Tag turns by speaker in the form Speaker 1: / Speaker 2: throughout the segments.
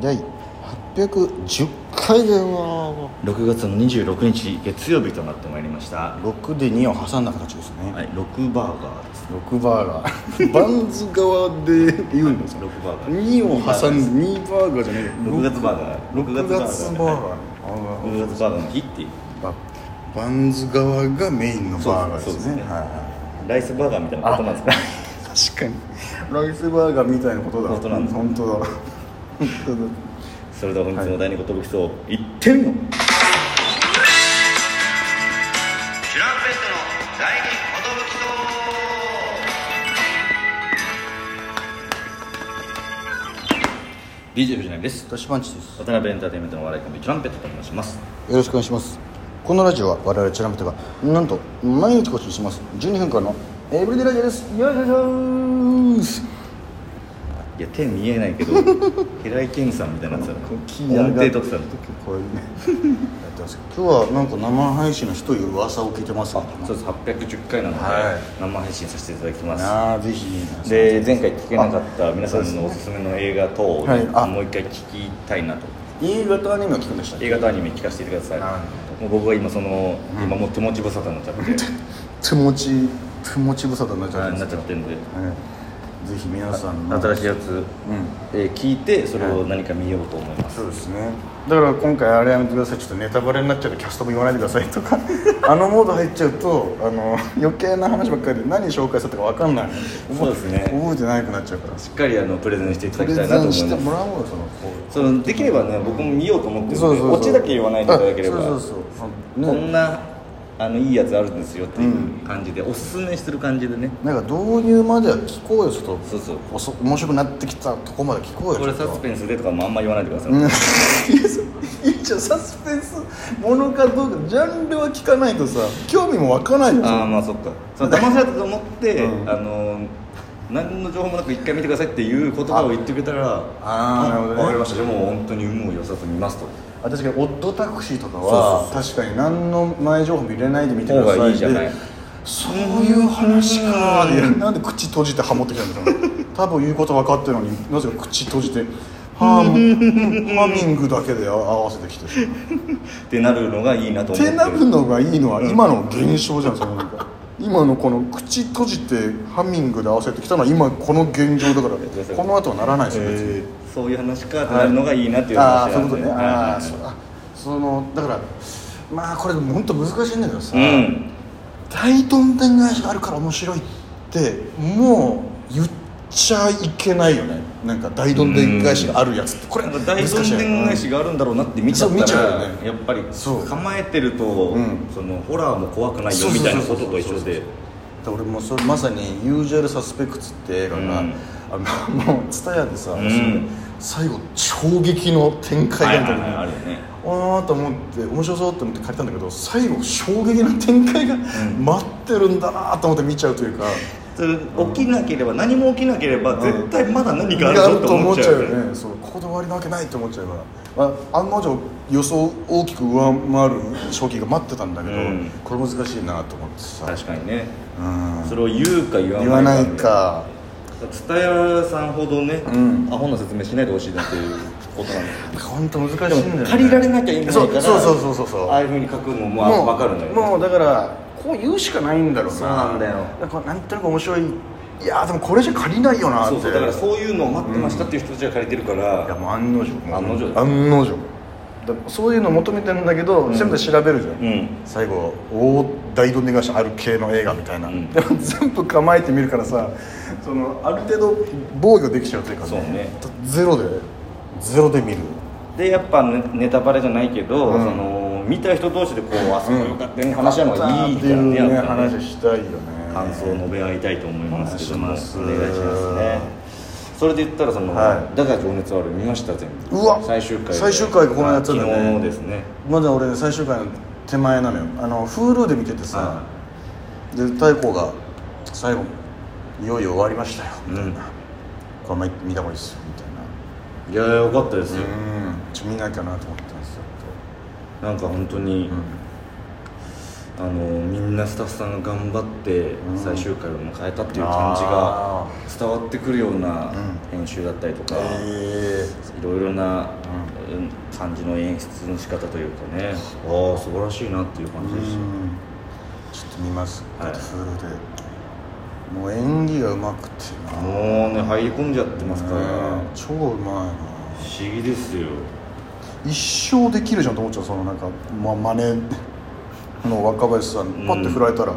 Speaker 1: 第810回だよ
Speaker 2: 6月の26日月曜日となってまいりました
Speaker 1: な6で2を挟んだ形ですね、
Speaker 2: はい6バーガーです
Speaker 1: 6バーガ ーバンズ側で言うんですか
Speaker 2: 6バーガー
Speaker 1: 2を挟んで2バーガーじゃない
Speaker 2: 6月バーガー
Speaker 1: 6月バーガーあー
Speaker 2: 6月バーガーの日っていう
Speaker 1: ババンズ側がメインのバーガー
Speaker 2: そ
Speaker 1: で
Speaker 2: うですす
Speaker 1: ね
Speaker 2: ね
Speaker 1: は
Speaker 2: ライスバーガーみたいなことなんですか
Speaker 1: いはい、確かにライスバーガーみたいなことだ
Speaker 2: 本当なんです
Speaker 1: 本当だ本当だ
Speaker 2: それでは本日の第二言武器層一点の
Speaker 3: チュランペットの第二寿と
Speaker 2: DJ 藤波です
Speaker 1: ダッシュパンチです
Speaker 2: 渡辺エンターテインメントのお笑いコンビチュランペットと申します
Speaker 1: よろしくお願いしますこのラジオは我々チラムテがなんと毎日更新します12分間のエブリデイラジオですよいしょいしょーす
Speaker 2: いや手見えないけど 平井堅さんみたいになってた音程取ってたの
Speaker 1: こういうねやってますけど今日はなんか生配信の日という噂を聞いてますから
Speaker 2: そうです810回なので、
Speaker 1: は
Speaker 2: 生配信させていただきます
Speaker 1: ああぜひ
Speaker 2: で前回聞けなかった皆さんのおすすめの映画等を、
Speaker 1: はいあ
Speaker 2: もう一回聞きたいなと
Speaker 1: 映画とアニメを聞くんでしたっけ
Speaker 2: 映画とアニメ聞かせてください
Speaker 1: なる
Speaker 2: もう僕は今その、今もう手持ち無沙汰になっちゃって
Speaker 1: 手持ち手持ち無沙汰になっちゃ
Speaker 2: は
Speaker 1: う
Speaker 2: い
Speaker 1: ん
Speaker 2: な
Speaker 1: で
Speaker 2: っ
Speaker 1: す
Speaker 2: ちゃってるので
Speaker 1: はいぜひ皆さんの
Speaker 2: 新しいやつ、えー聞いてそれを何か見ようと思います、
Speaker 1: そうですねだから今回あれやめてくださいちょっとネタバレになっちゃうとキャストも言わないでくださいとか あのモード入っちゃうとあの余計な話ばっかりで何紹介したとかわかんない
Speaker 2: そうですね
Speaker 1: 覚えてないくなっちゃうから
Speaker 2: しっかりあのプレゼンしていた
Speaker 1: プ
Speaker 2: だ
Speaker 1: レ
Speaker 2: きた
Speaker 1: ゼ
Speaker 2: いなと思
Speaker 1: ン
Speaker 2: い
Speaker 1: して
Speaker 2: ます
Speaker 1: もらおうよそのこう
Speaker 2: そのできればね僕も見ようと思ってるのでオチだけ言わないでいただければ
Speaker 1: あそうそうそうね
Speaker 2: こんなあのいいやつあるんですよっていう感じで、おすすめする感じでね
Speaker 1: なんか導入までは聞こうよちょっと
Speaker 2: そうそう
Speaker 1: おそ面白くなってきたとこまで聞こうよ
Speaker 2: これ
Speaker 1: ちょっ
Speaker 2: サ
Speaker 1: と
Speaker 2: スペンスでとかもあんま言わないでください、
Speaker 1: うん いやそいいじゃんサスペンスものかどうかジャンルは聞かないとさ興味も湧かないじゃん
Speaker 2: ああまあそっかその騙されたと思って、
Speaker 1: うん
Speaker 2: あの何の情報もなく一回見てくださいっていう言葉を言ってくれたら
Speaker 1: あーなるほどね
Speaker 2: わかりましたじゃあもう本当に有無をよさず見ますと
Speaker 1: あ確かにオッドタクシーとかは確かに何の前情報も入れないで見てくだ
Speaker 2: 方
Speaker 1: さ
Speaker 2: が
Speaker 1: い
Speaker 2: いいじゃない
Speaker 1: でそういう話かいやなんで口閉じてハモってきたんだろう多分言うこと分かってるのになぜか口閉じてハー ムハミングだけで合わせてきてしまう
Speaker 2: ってなるのがいいなと思って
Speaker 1: て
Speaker 2: る
Speaker 1: なるのがいいのは今の現象じゃんそのなんか今のこの口閉じてハミングで合わせてきたのは今この現状だからこの後はならないですよ別に
Speaker 2: えーそういう話かってなるのがいいなっていう
Speaker 1: ああ
Speaker 2: 話
Speaker 1: そうい
Speaker 2: な
Speaker 1: うんこ
Speaker 2: で
Speaker 1: とね
Speaker 2: はいはいはい
Speaker 1: ああそうあそのだからまあこれでも本当難しいんだけどさ、
Speaker 2: うん
Speaker 1: 大どんでん返しがあるから面白いってもう言っちゃいけないよねなんか大どんでん返しがあるやつってこれ
Speaker 2: なんか
Speaker 1: 難
Speaker 2: 大
Speaker 1: し
Speaker 2: どん
Speaker 1: いよ
Speaker 2: でん返しがあるんだろうなって見ちゃったら
Speaker 1: そう見ちゃうよね
Speaker 2: やっぱり
Speaker 1: そう
Speaker 2: 構えてると、
Speaker 1: ん
Speaker 2: そのホラーも怖くないよみたいなことと一緒で
Speaker 1: だから俺もそれまさに「ユージュアル・サスペクツ」って映画が、
Speaker 2: うん
Speaker 1: あのもう蔦屋でさ、
Speaker 2: ん
Speaker 1: 最後衝撃の展
Speaker 2: は
Speaker 1: 開
Speaker 2: い
Speaker 1: が
Speaker 2: は
Speaker 1: あ
Speaker 2: い
Speaker 1: っ
Speaker 2: はい
Speaker 1: たんだ
Speaker 2: あるよ
Speaker 1: けど
Speaker 2: ね
Speaker 1: あーと思って面白そうと思って借りたんだけど最後衝撃の展開が待ってるんだなと思って見ちゃうというか、
Speaker 2: それ起きなければ何も起きなければ絶対まだ何かある
Speaker 1: あ
Speaker 2: ぞ
Speaker 1: る
Speaker 2: と
Speaker 1: と思
Speaker 2: 思
Speaker 1: っ
Speaker 2: っ
Speaker 1: ち
Speaker 2: ち
Speaker 1: ゃ
Speaker 2: ゃ
Speaker 1: う
Speaker 2: う
Speaker 1: よ
Speaker 2: よね
Speaker 1: ねそうここで終わりなわけないと思っちゃうから、まあ、案の定予想を大きく上回る賞金が待ってたんだけど、
Speaker 2: うん
Speaker 1: これ難しいなと思ってさ、
Speaker 2: 確かにね
Speaker 1: うん
Speaker 2: それを言うか言わないか
Speaker 1: 言わないか
Speaker 2: 蔦屋さんほどね、
Speaker 1: ん
Speaker 2: アホな説明しないでほしいなっていうことなん です
Speaker 1: 本当難しいんだ
Speaker 2: で
Speaker 1: よ、
Speaker 2: も
Speaker 1: ね、
Speaker 2: 借りられなきゃいいんじゃないかな
Speaker 1: そうそうそうそうそう
Speaker 2: ああいうふうに書くのもまあ分かるんだよ、ね、
Speaker 1: もうだからこう言うしかないんだろうな
Speaker 2: そうなんだよ
Speaker 1: からなんとなく面白いいやーでもこれじゃ借りないよなって
Speaker 2: そうそうだからそういうのを待ってましたっていう人たちが借りてるか
Speaker 1: いや
Speaker 2: ら、
Speaker 1: もう案の定
Speaker 2: 案の定だよ
Speaker 1: 案の定だからそういうの求めてんだけど、全部調べるじゃん、
Speaker 2: うん
Speaker 1: 最後大大どんでん返しある系の映画みたいな、
Speaker 2: ん
Speaker 1: でも全部構えてみるからさそのある程度防御できちゃうというか
Speaker 2: そうね
Speaker 1: ゼロでゼロで見る
Speaker 2: でやっぱねネタバレじゃないけど、
Speaker 1: うん
Speaker 2: その見た人同士でこう、あそこよかったよね話し合うのがいい
Speaker 1: っ
Speaker 2: か
Speaker 1: て
Speaker 2: ら
Speaker 1: いうね
Speaker 2: やっぱね
Speaker 1: 話したいよね
Speaker 2: 感想を述べ合いたいと思いますけども
Speaker 1: お
Speaker 2: お
Speaker 1: 願
Speaker 2: 願
Speaker 1: い
Speaker 2: い
Speaker 1: し
Speaker 2: し
Speaker 1: ます
Speaker 2: ますねそれで言ったらその「
Speaker 1: はい
Speaker 2: だが情熱はある」見ました全部
Speaker 1: うわ
Speaker 2: 最終回で
Speaker 1: 最終回がこのやつだね
Speaker 2: まあ昨日ですね
Speaker 1: まだ俺最終回の手前なのよあの Hulu で見ててさ
Speaker 2: は
Speaker 1: で太鼓が最後いよいよ終わりましたよみたいな、
Speaker 2: うん
Speaker 1: これ見た方がいいっすよみたいない
Speaker 2: やよかったですよ、
Speaker 1: うんちょっと見なきゃなと思ってますよ
Speaker 2: なんか本当に、あのみんなスタッフさんが頑張って
Speaker 1: ん
Speaker 2: 最終回を迎えたっていう感じが
Speaker 1: あ
Speaker 2: 伝わってくるような編集だったりとか、
Speaker 1: え
Speaker 2: いろいろな、うん感じの演出の仕方というかねああ素晴らしいなっていう感じで
Speaker 1: う
Speaker 2: し
Speaker 1: んちょっと見ます
Speaker 2: はい
Speaker 1: フルでもう演技がうまくて
Speaker 2: た
Speaker 1: な
Speaker 2: もうね入り込んじゃってますから、
Speaker 1: ね超うまいな
Speaker 2: 不思議ですよ
Speaker 1: 一生できるじゃんと思っちゃうそのなんか、ま、真似 の若林さんにパッて振られたら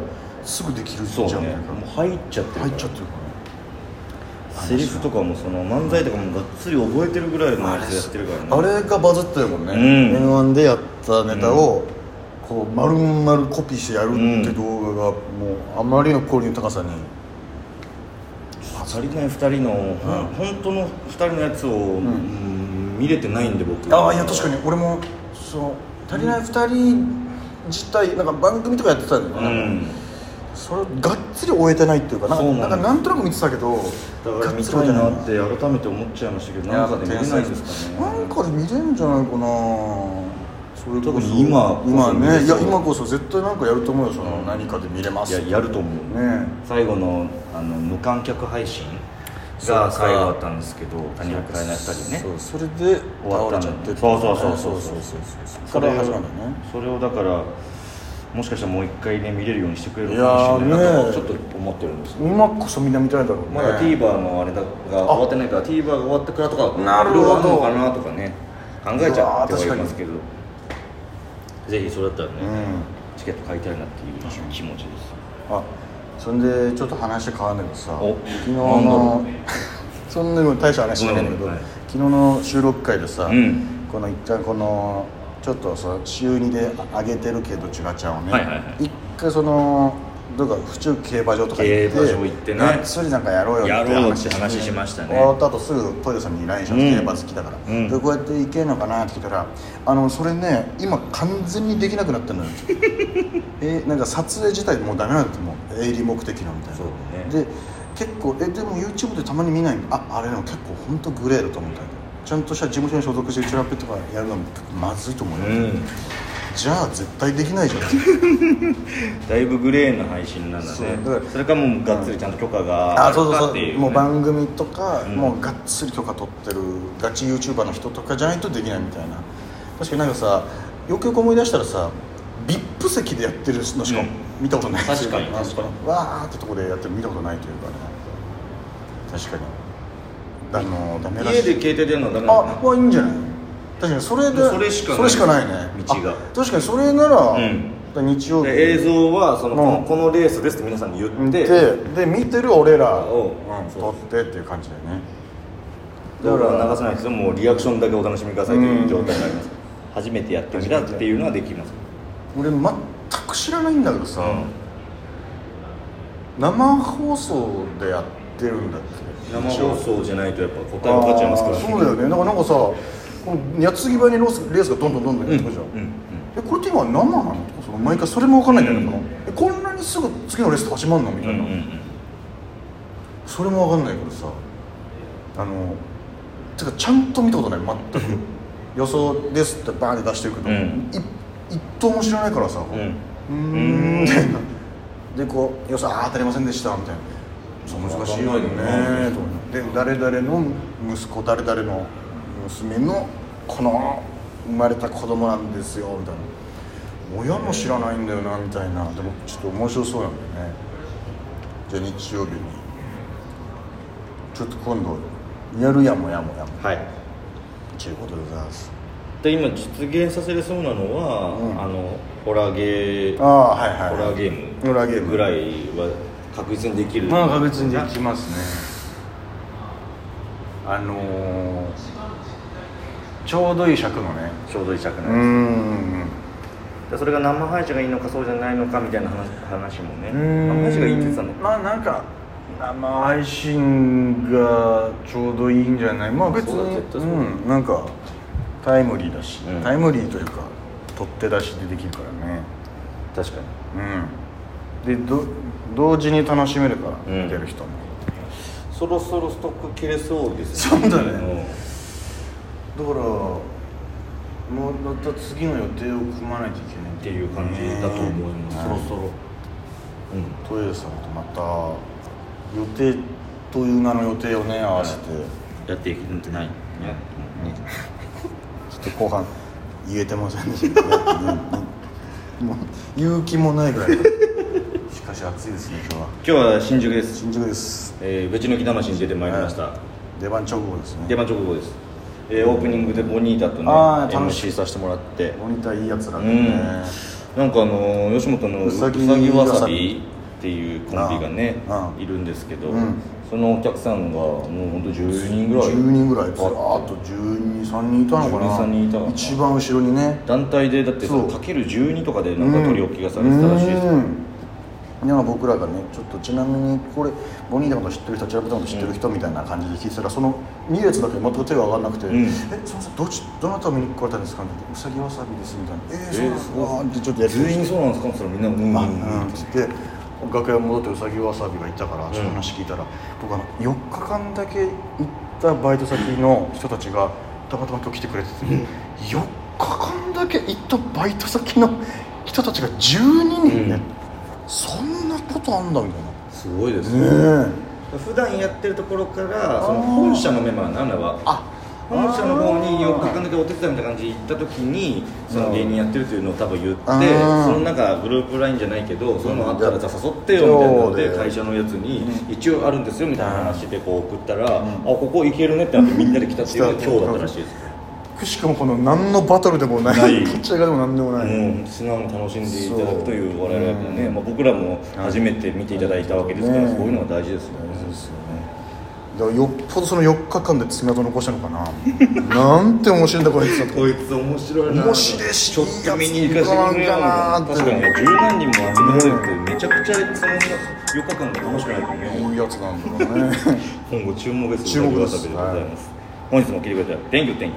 Speaker 1: すぐできるじ
Speaker 2: そ
Speaker 1: ゃ
Speaker 2: う
Speaker 1: ないか、
Speaker 2: ねもう入っちゃってるから
Speaker 1: 入っちゃってるか
Speaker 2: セリフとかもその漫才とかもがっつり覚えてるぐらいの
Speaker 1: ら
Speaker 2: やつやってるからね
Speaker 1: あれがバズってるもんね、
Speaker 2: うん
Speaker 1: m 1でやったネタを、こう丸々コピーしてやるっていう動画がもうあまりのクオリティの高さに
Speaker 2: 足りない2人の、ほん本当の2人のやつを、うん見れてないんで僕
Speaker 1: ああいや確かに俺もその足りない2人自体なんか番組とかやってたんだ
Speaker 2: う
Speaker 1: よね、
Speaker 2: ん
Speaker 1: それをがっつり終えてないっていうかなんか
Speaker 2: そう
Speaker 1: な
Speaker 2: なんん
Speaker 1: か
Speaker 2: だ
Speaker 1: なんとなく見てたけど
Speaker 2: だか
Speaker 1: が
Speaker 2: ら
Speaker 1: っ
Speaker 2: 見
Speaker 1: つり
Speaker 2: た
Speaker 1: 終えて
Speaker 2: い
Speaker 1: な
Speaker 2: ないって改めて思っちゃいましたけど
Speaker 1: や
Speaker 2: なんかで見れないですか
Speaker 1: なん
Speaker 2: ね
Speaker 1: かで見れんじゃないかなそれこそ
Speaker 2: 特に今こそ
Speaker 1: 今
Speaker 2: 見れ
Speaker 1: ね
Speaker 2: そう
Speaker 1: いや今こそ絶対なんかやると思うよその、何かで見れま
Speaker 2: い
Speaker 1: す
Speaker 2: や
Speaker 1: ね
Speaker 2: やると思う、最後のあの無観客配信
Speaker 1: そうか
Speaker 2: が最後だったんですけど谷原大な2人ね
Speaker 1: そうそれで
Speaker 2: 終
Speaker 1: 倒
Speaker 2: わっ
Speaker 1: れ
Speaker 2: た
Speaker 1: ちゃっ
Speaker 2: の
Speaker 1: て
Speaker 2: そうそうそうそう
Speaker 1: そうそうそう
Speaker 2: そ
Speaker 1: そ
Speaker 2: れ
Speaker 1: れ
Speaker 2: を
Speaker 1: が始まるんだよね
Speaker 2: それをだからもしかしたらもう一回ね見れるようにしてくれる
Speaker 1: い
Speaker 2: か
Speaker 1: やー
Speaker 2: もしれないな
Speaker 1: ね
Speaker 2: とちょっと思ってるんです
Speaker 1: 今こそみんな見たいだろうね
Speaker 2: まだ TVer のあれだが終わってないから TVer が終わってからとか
Speaker 1: なるほど
Speaker 2: いろいろあるのかなとかね考えちゃってはいますけどぜひそれだったらね、
Speaker 1: うん
Speaker 2: チケット買いたいなっていう気持ちです
Speaker 1: あそれでちょっと話変わるんだけどさ
Speaker 2: お
Speaker 1: 昨日の そんなにも大した話じゃないんだけど、
Speaker 2: ごめんねはい
Speaker 1: 昨日の収録会でさ、
Speaker 2: うん
Speaker 1: この一旦このちょっとさ週2で上げてるけどチュラちゃんをね、
Speaker 2: はいはいはい
Speaker 1: 一回そのどうか府中競馬場とか行って
Speaker 2: 競馬場行ってね
Speaker 1: がっつりなんかやろうよ
Speaker 2: や
Speaker 1: って
Speaker 2: ろうっ
Speaker 1: 話
Speaker 2: て話しましたね
Speaker 1: 終わった後すぐトイレさんに LINE しまし
Speaker 2: うん
Speaker 1: て競馬好きだから、
Speaker 2: うん
Speaker 1: でこうやって行けるのかなって聞いたら「あのそれね今完全にできなくなったのよ」 えなんか撮影自体もうダメなんだってもう営利目的のみたいな
Speaker 2: そうだ
Speaker 1: で結構えでも YouTube でたまに見ないああれでも結構本当グレーだと思ったんだちゃんとした事務所に所属してチラペとかやるのもまずいと思うよ、
Speaker 2: うん
Speaker 1: じゃあ絶対できないじゃん
Speaker 2: だいぶグレーな配信なんだね
Speaker 1: そう
Speaker 2: そ
Speaker 1: だから
Speaker 2: れかもうがっつりちゃんと許可が
Speaker 1: あ
Speaker 2: ある
Speaker 1: そうそう
Speaker 2: か
Speaker 1: そ
Speaker 2: っ
Speaker 1: う
Speaker 2: ていう,、ね、
Speaker 1: もう番組とか、
Speaker 2: ん
Speaker 1: もうがっつり許可取ってるガチ YouTuber の人とかじゃないとできないみたいな確かになんかさよくよく思い出したらさ VIP 席でやってるのしか見たことない
Speaker 2: 確かに確かに
Speaker 1: わーってとこでやってる見たことないというかね確かにあのダメらしい
Speaker 2: 家で携帯でやるのはダメなのか
Speaker 1: あまあいいんじゃない確かにそれで
Speaker 2: もうそれしかない
Speaker 1: それしかないね
Speaker 2: 道が
Speaker 1: あ確かにそれなら、
Speaker 2: ん
Speaker 1: 日曜
Speaker 2: な
Speaker 1: 日
Speaker 2: で映像はその、
Speaker 1: うん
Speaker 2: このこのレースですって皆さんに言
Speaker 1: 見
Speaker 2: って
Speaker 1: てで見てる俺ら
Speaker 2: を
Speaker 1: を、うん
Speaker 2: そう
Speaker 1: 撮ってっていう感じだよね
Speaker 2: だから流さない人もうリアクションだけお楽しみくださいという状態になります、初めてやってみたっていうのはできます
Speaker 1: 俺全く知らないんだけどさ、生放送でやってるんだって
Speaker 2: 生放送じゃないとやっぱ答え分かっちゃいますから
Speaker 1: あーそうだよねなんかなんかさこの矢継ぎ早にロースレースがどんどんどんどんやってくるじゃん、
Speaker 2: うんうん
Speaker 1: えこれって今生なのとかその毎回それも分かんないんだよね、このえこんなにすぐ次のレース始まるのみ
Speaker 2: う
Speaker 1: た
Speaker 2: んう
Speaker 1: い
Speaker 2: ん
Speaker 1: な、それも分かんないけどさあのてかちゃんと見たことない全 く予想ですってバーンって出してるけど、
Speaker 2: うん
Speaker 1: い一頭も知らないからさ、
Speaker 2: うんうん
Speaker 1: うーんみたいな でこう「よさあー当たりませんでした」みたいな「そう難しいよね」と思ってで誰々の息子誰々の娘のこの生まれた子供なんですよみたいな親も知らないんだよなみたいなでもちょっと面白そうなんだよねじゃあ日曜日にちょっと今度やるやもやもやも
Speaker 2: はい
Speaker 1: ちゅうことでございます
Speaker 2: で今実現させれそうなのは、
Speaker 1: うん
Speaker 2: あのホラーゲー
Speaker 1: ああはいはい
Speaker 2: ホラーゲー
Speaker 1: ホ
Speaker 2: ム
Speaker 1: ラーゲーム
Speaker 2: ぐらいは確実にできる
Speaker 1: まあ確実にできますねあのー、ちょうどいい尺のね
Speaker 2: ちょうどいい尺
Speaker 1: う
Speaker 2: なん
Speaker 1: ー
Speaker 2: で
Speaker 1: ん
Speaker 2: すでそれが生配信がいいのかそうじゃないのかみたいな話話もね
Speaker 1: うーん
Speaker 2: 生配信がいいって言ってたのか
Speaker 1: まあなんか生配信がちょうどいいんじゃないまあ別
Speaker 2: そうだ
Speaker 1: に
Speaker 2: 絶対そうだ
Speaker 1: うんなんかタイムリーだし、
Speaker 2: うん
Speaker 1: タイムリーというか取っ手出しでできるからね
Speaker 2: 確かに
Speaker 1: うんでど同時に楽しめるから
Speaker 2: うん
Speaker 1: 見てる人も、
Speaker 2: そろそろストック切れそうです
Speaker 1: そうだね
Speaker 2: ん
Speaker 1: だからもうまた次の予定を組まないといけない
Speaker 2: っていう感じだと思います
Speaker 1: ねそろそろ
Speaker 2: うん
Speaker 1: トイレさんとまた予定という名の予定をね合わせて、
Speaker 2: やっていけてないね
Speaker 1: ちょっと後半言えてませんでしたけど、うんもう言う気もないぐらいしかし暑いですね今日は
Speaker 2: 今日は新宿です
Speaker 1: 新宿です
Speaker 2: えー、ぶち抜き魂に出てまいりました、
Speaker 1: 出番直後ですね
Speaker 2: 出番直後です、えー、オープニングでボニータとね
Speaker 1: あー楽しい
Speaker 2: MC させてもらって
Speaker 1: モニターいいやつら
Speaker 2: う
Speaker 1: だ
Speaker 2: ん
Speaker 1: ね、
Speaker 2: なんかあのー吉本の
Speaker 1: う
Speaker 2: う
Speaker 1: さ
Speaker 2: さ
Speaker 1: ぎ
Speaker 2: ぎわさびっていうコンビがね
Speaker 1: ああ
Speaker 2: いるんですけど、
Speaker 1: うん
Speaker 2: そのお客さんがもう本当10人ぐらい
Speaker 1: 10人ぐらいずらーっと123人いたのかな
Speaker 2: 12 13人いたのかな
Speaker 1: 一番後ろにね
Speaker 2: 団体でだって
Speaker 1: そう
Speaker 2: かける12とかでなんか取り置きがされてたらしいです、
Speaker 1: うんいや僕らがねちょっとちなみにこれボニータのこと知ってる人チラブタのこと知ってる人みたいな感じで聞いてたら、その2列だけ全く手が上がらなくて「
Speaker 2: ん
Speaker 1: えすいませんどっちどなたを見に来られたんですか?」って「うさぎわさびです」みたいな「えー、そうなんですか?」ってちょっとやって
Speaker 2: 全員そうなんですかそれみんなうん
Speaker 1: あうんっつって楽屋戻ってうさぎわさびがいたからちょっと話聞いたら、僕あの4日間だけ行ったバイト先の人たちがたまたま今日来てくれてて、4日間だけ行ったバイト先の 人たちが12人ね、
Speaker 2: うん
Speaker 1: そんなことあんだみたい
Speaker 2: すごいです
Speaker 1: なね
Speaker 2: 普段やってるところからその本社のメンバーなんだわ
Speaker 1: あ
Speaker 2: 本社の方に4日間だけお手伝いみたいな感じで行った時にその芸人やってるというのを多分言ってそ
Speaker 1: あー
Speaker 2: のなんかグループラインじゃないけどそういうのあったらじゃあ誘ってよみたいな
Speaker 1: そ
Speaker 2: の
Speaker 1: うだよ
Speaker 2: で会社のやつに一応あるんですよみたいな話でこう送ったらあここ行けるねってなってみんなで来たっていうのが今日だったらしいです
Speaker 1: くしくもこの何のバトルでもない
Speaker 2: ない
Speaker 1: こちらがでも何でもない、
Speaker 2: もう素直に楽しんでいただくという
Speaker 1: そう
Speaker 2: 我々もね、まあ、僕らも初めて見ていただいたわけですから、
Speaker 1: ね
Speaker 2: そういうのが大事ですよね
Speaker 1: だからよっぽどその4日間で爪痕残したのかななんて面白いんだこいつだと
Speaker 2: こいつ面白いな
Speaker 1: 面白いし
Speaker 2: ちょっと見に行かせてくれよ
Speaker 1: なんかなーって
Speaker 2: 確かにね十何人も集められてめちゃくちゃその4日間が楽しくなって
Speaker 1: こう
Speaker 2: ね
Speaker 1: いうやつなんだろうね
Speaker 2: 今後注目です
Speaker 1: 注目です
Speaker 2: うさぎわさびでございます、本日も来てくれたら「Thank you, thank you」